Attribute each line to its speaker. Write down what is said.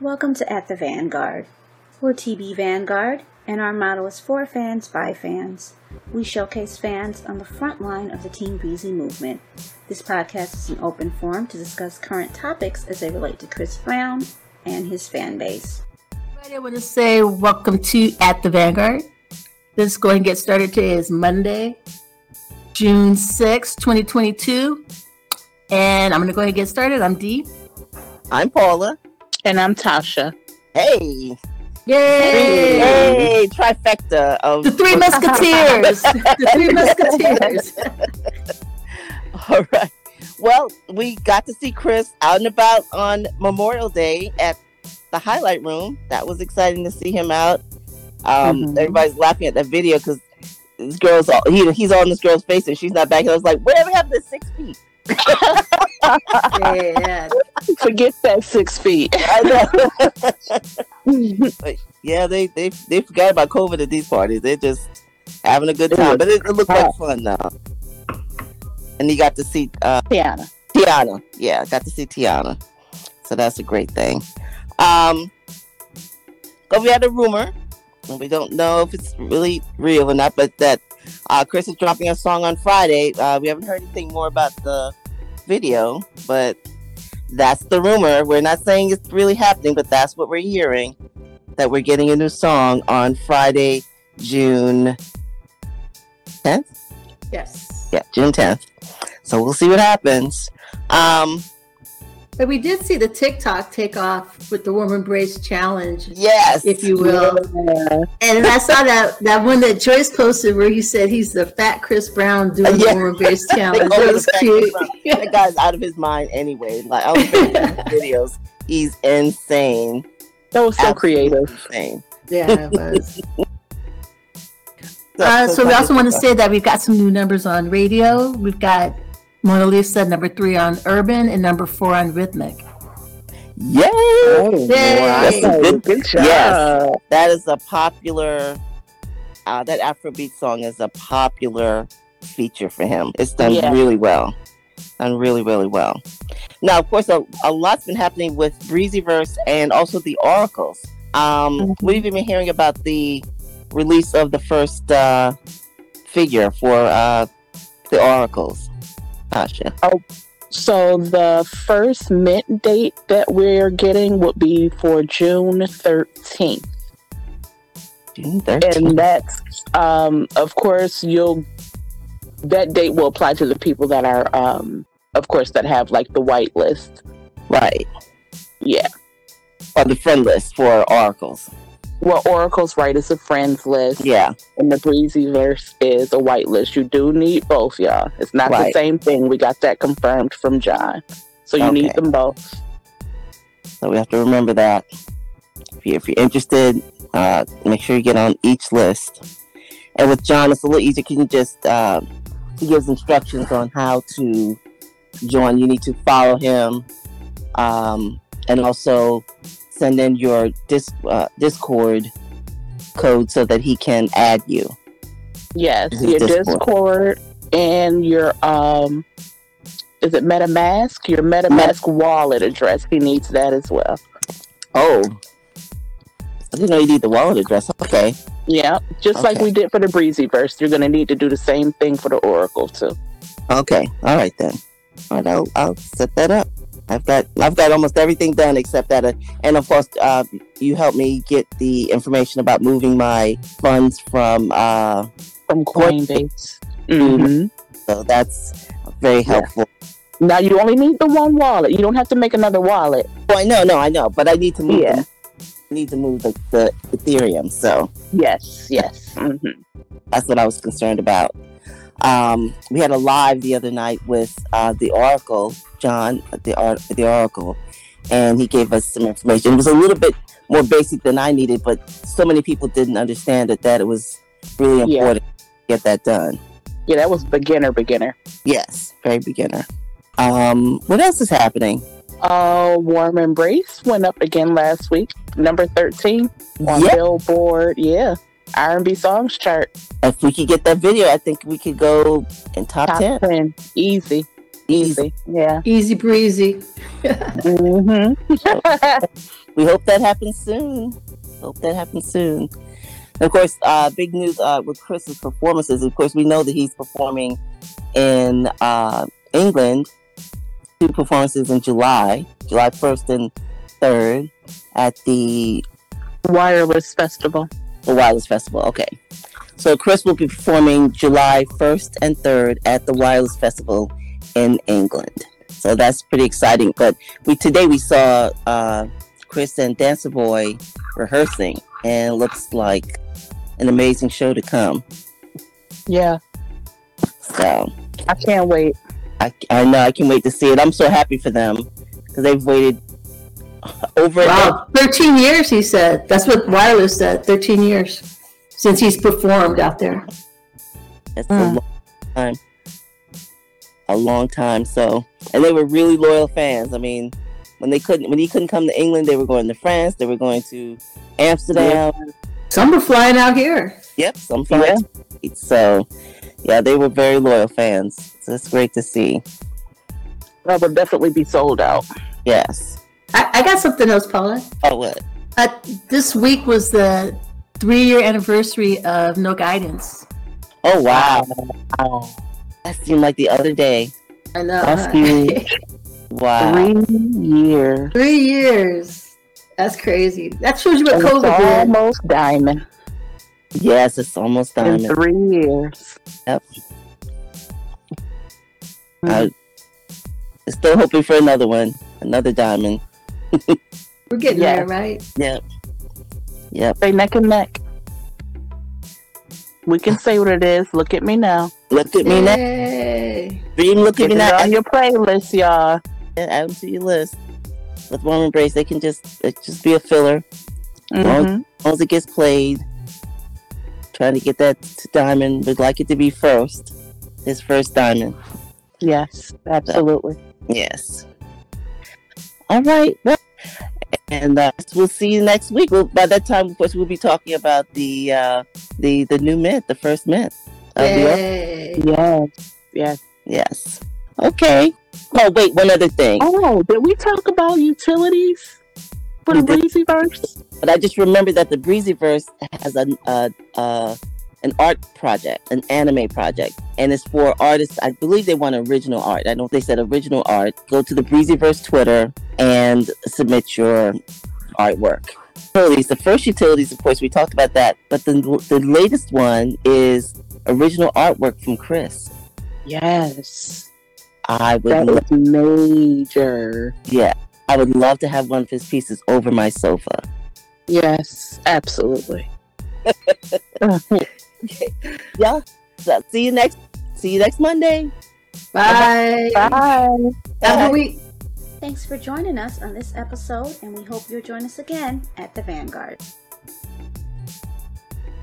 Speaker 1: Welcome to At the Vanguard. We're TB Vanguard, and our motto is for fans by fans. We showcase fans on the front line of the Team Breezy movement. This podcast is an open forum to discuss current topics as they relate to Chris Brown and his fan base.
Speaker 2: Right, I want to say welcome to At the Vanguard. Let's go and get started. Today is Monday, June sixth, 2022. And I'm going to go ahead and get started. I'm Dee.
Speaker 3: I'm Paula.
Speaker 4: And I'm Tasha.
Speaker 3: Hey.
Speaker 2: Yay!
Speaker 3: Hey, trifecta of
Speaker 2: The Three Musketeers. the Three Musketeers.
Speaker 3: All right. Well, we got to see Chris out and about on Memorial Day at the highlight room. That was exciting to see him out. Um,
Speaker 2: Mm-hmm.
Speaker 4: Mhm.
Speaker 3: Everybody's laughing at that video because this girl's all, he, he's on this girl's face and she's not back. And I was like, whatever happened to six feet?
Speaker 2: Yeah.
Speaker 4: Forget that six feet.
Speaker 3: I know. yeah, they, they they forgot about COVID at these parties. They're just having a good
Speaker 4: It
Speaker 3: time,
Speaker 4: was
Speaker 3: but it, it looked like fun now. And he got to see uh,
Speaker 4: Tiana.
Speaker 3: Tiana. Yeah, got to see Tiana. So that's a great thing. Um but we had a rumor, and we don't know if it's really real or not, but that uh Chris is dropping a song on Friday. Uh we haven't heard anything more about the video, but that's the rumor. We're not saying it's really happening, but that's what we're hearing. That we're getting a new song on Friday, June 10th
Speaker 2: Yes.
Speaker 3: yeah, June 10th. So we'll see what happens. Um,
Speaker 2: But we did see the TikTok take off with the warm embrace challenge,
Speaker 3: yes.
Speaker 2: if you will. And I saw that that one that Joyce posted where he said he's the fat Chris Brown doing the
Speaker 3: Yeah.
Speaker 2: warm embrace
Speaker 3: They
Speaker 2: challenge.
Speaker 3: call him
Speaker 2: That was
Speaker 3: the fat
Speaker 2: cute.
Speaker 3: Chris that guy's out of his mind anyway. Like I was making videos. He's insane.
Speaker 4: That was so
Speaker 3: Absolutely
Speaker 4: creative.
Speaker 3: Insane.
Speaker 2: yeah, it was. Uh, so we also want to say that we've got some new numbers on radio. We've got Mona Lisa number three on Urban and number four on Rhythmic.
Speaker 3: Yay!
Speaker 2: Yay.
Speaker 4: Oh, wow.
Speaker 3: Good-
Speaker 4: Good job.
Speaker 3: yes. That is a popular uh, that Afrobeat song is a popular feature for him. It's done
Speaker 4: Yeah.
Speaker 3: really well. Done really, really well. Now, of course, a, a lot's been happening with Breezyverse and also the Oracles. Um,
Speaker 4: Mhm.
Speaker 3: We've even been hearing about the release of the first uh, figure for uh, the Oracles. Tasha.
Speaker 4: So the first mint date that we're getting would be for June 13th.
Speaker 3: June 13th.
Speaker 4: And that's, um, of course, you'll, that date will apply to the people that are, um, of course, that have like the white list.
Speaker 3: right.
Speaker 4: Yeah.
Speaker 3: On the friend list for Oracles.
Speaker 4: Well, Oracle's right is a friends list.
Speaker 3: Yeah.
Speaker 4: and the breezy verse is a white list. You do need both, y'all. It's not
Speaker 3: Right.
Speaker 4: the same thing. We got that confirmed from John. So you need
Speaker 3: Okay.
Speaker 4: them both.
Speaker 3: So we have to remember that. If you're, if you're interested, uh, make sure you get on each list. And with John, it's a little easier. Can you just, uh, he gives instructions on how to join. You need to follow him um, and also send in your dis- uh, Discord code so that he can add you.
Speaker 4: Yes,
Speaker 3: This is
Speaker 4: your
Speaker 3: Discord.
Speaker 4: Discord and your um, is it MetaMask? Your MetaMask wallet address. He needs that as well.
Speaker 3: Oh. I didn't know you need the wallet address. Okay.
Speaker 4: Yeah, just like
Speaker 3: Okay.
Speaker 4: we did for the breezy verse. You're gonna need to do the same thing for the Oracle too.
Speaker 3: Okay. All right then. All right, I'll, I'll set that up. I've got I've got almost everything done except that, uh, and of course, uh, you helped me get the information about moving my funds from. Uh,
Speaker 4: From Coinbase. hmm
Speaker 3: Mhm. so that's very helpful.
Speaker 4: Now you only need the one wallet. You don't have to make another wallet.
Speaker 3: Well, Oh, I know, no, I know, but I need to move.
Speaker 4: Yeah.
Speaker 3: them. I need to move the, the Ethereum. So
Speaker 4: Yes, yes. hmm
Speaker 3: That's what I was concerned about. Um, we had a live the other night with uh, the Oracle, John, the or- the Oracle, and he gave us some information. It was a little bit more basic than I needed, but so many people didn't understand it that it was really
Speaker 4: Yeah.
Speaker 3: important to get that done.
Speaker 4: Yeah, that was beginner, beginner.
Speaker 3: Yes, very beginner. Um, what else is happening?
Speaker 4: Uh, Warm Embrace went up again last week, number 13 on
Speaker 3: Yeah,
Speaker 4: Billboard. Yeah, R&B songs chart,
Speaker 3: if we could get that video, I think we could go in top,
Speaker 4: top
Speaker 3: ten
Speaker 4: 10. Easy. Easy. Yeah.
Speaker 5: Easy breezy.
Speaker 4: hmm
Speaker 3: we hope that happens soon. Hope that happens soon. And of course, uh, big news uh, with Chris's performances. Of course, we know that he's performing in uh, England. Two performances in July, July first and third, at the
Speaker 4: Wireless Festival.
Speaker 3: the Wireless Festival. Okay. So Chris will be performing July 1st and 3rd at the Wireless Festival in England. So that's pretty exciting. But we today we saw uh, Chris and Dancer Boy rehearsing, and it looks like an amazing show to come.
Speaker 4: Yeah.
Speaker 3: So
Speaker 4: I can't wait.
Speaker 3: I, I know I can wait to see it. I'm so happy for them because they've waited over.
Speaker 5: Wow. 13 years, he said. That's what Wireless said. 13 years since he's performed out there.
Speaker 3: That's
Speaker 4: Mm.
Speaker 3: a long time. A long time. So, and they were really loyal fans. I mean, when they couldn't, when he couldn't come to England, they were going to France. They were going to Amsterdam.
Speaker 5: Some were flying out here.
Speaker 3: Yep, some flights. So, yeah, they were very loyal fans. So it's great to see.
Speaker 4: I will definitely be sold out.
Speaker 3: Yes.
Speaker 5: I, I got something else, Paula.
Speaker 3: Oh, what?
Speaker 2: Uh, this week was the three-year anniversary of No Guidance.
Speaker 3: Oh, wow.
Speaker 4: Wow.
Speaker 3: That seemed like the other day.
Speaker 5: I know.
Speaker 3: That's
Speaker 5: huh?
Speaker 3: huge. Wow.
Speaker 4: Uh-huh. Three years.
Speaker 5: Three years. That's crazy. That shows you what
Speaker 4: And it's
Speaker 5: COVID did.
Speaker 4: almost diamond.
Speaker 3: Yes, it's almost
Speaker 4: In
Speaker 3: done.
Speaker 4: three years.
Speaker 3: I- Still hoping for another one, another diamond.
Speaker 5: We're getting
Speaker 4: Yeah.
Speaker 5: there, right?
Speaker 4: They neck and neck. We can say what it is. Look at me now.
Speaker 3: Look at me now.
Speaker 5: Yay.
Speaker 3: Dream, look at
Speaker 4: Get
Speaker 3: me
Speaker 4: it
Speaker 3: now.
Speaker 4: on your playlist, y'all.
Speaker 3: Yeah, add them to your list. With Warm Embrace, they can just it just be a filler
Speaker 4: Mhm.
Speaker 3: as long as it gets played. Trying to get that to diamond, would like it to be first. His first diamond.
Speaker 4: Yes, absolutely.
Speaker 3: Yes. All right. well, And uh, we'll see you next week. We'll, by that time, of course, we'll be talking about the uh, the the new mint, the first mint. of the year.
Speaker 5: Yay.
Speaker 4: Yes.
Speaker 3: Yes. Okay. Oh wait, one other thing.
Speaker 4: Oh, did we talk about utilities for the
Speaker 3: We did.
Speaker 4: breezy verse?
Speaker 3: But I just remember that the Breezyverse has an uh, uh, an art project, an anime project, and it's for artists. I believe they want original art. I know they said original art. Go to the Breezyverse Twitter and submit your artwork. Utilities. The first utilities, of course, we talked about that. But the the latest one is original artwork from Chris.
Speaker 4: Yes. Mm-hmm.
Speaker 3: I would
Speaker 4: That
Speaker 3: lo-
Speaker 4: was major.
Speaker 3: yeah. I would love to have one of his pieces over my sofa.
Speaker 4: Yes, absolutely.
Speaker 3: Yeah. So see you next. See you next Monday.
Speaker 5: Bye.
Speaker 4: Bye.
Speaker 5: Have a week.
Speaker 1: Thanks for joining us on this episode, and we hope you'll join us again at the Vanguard.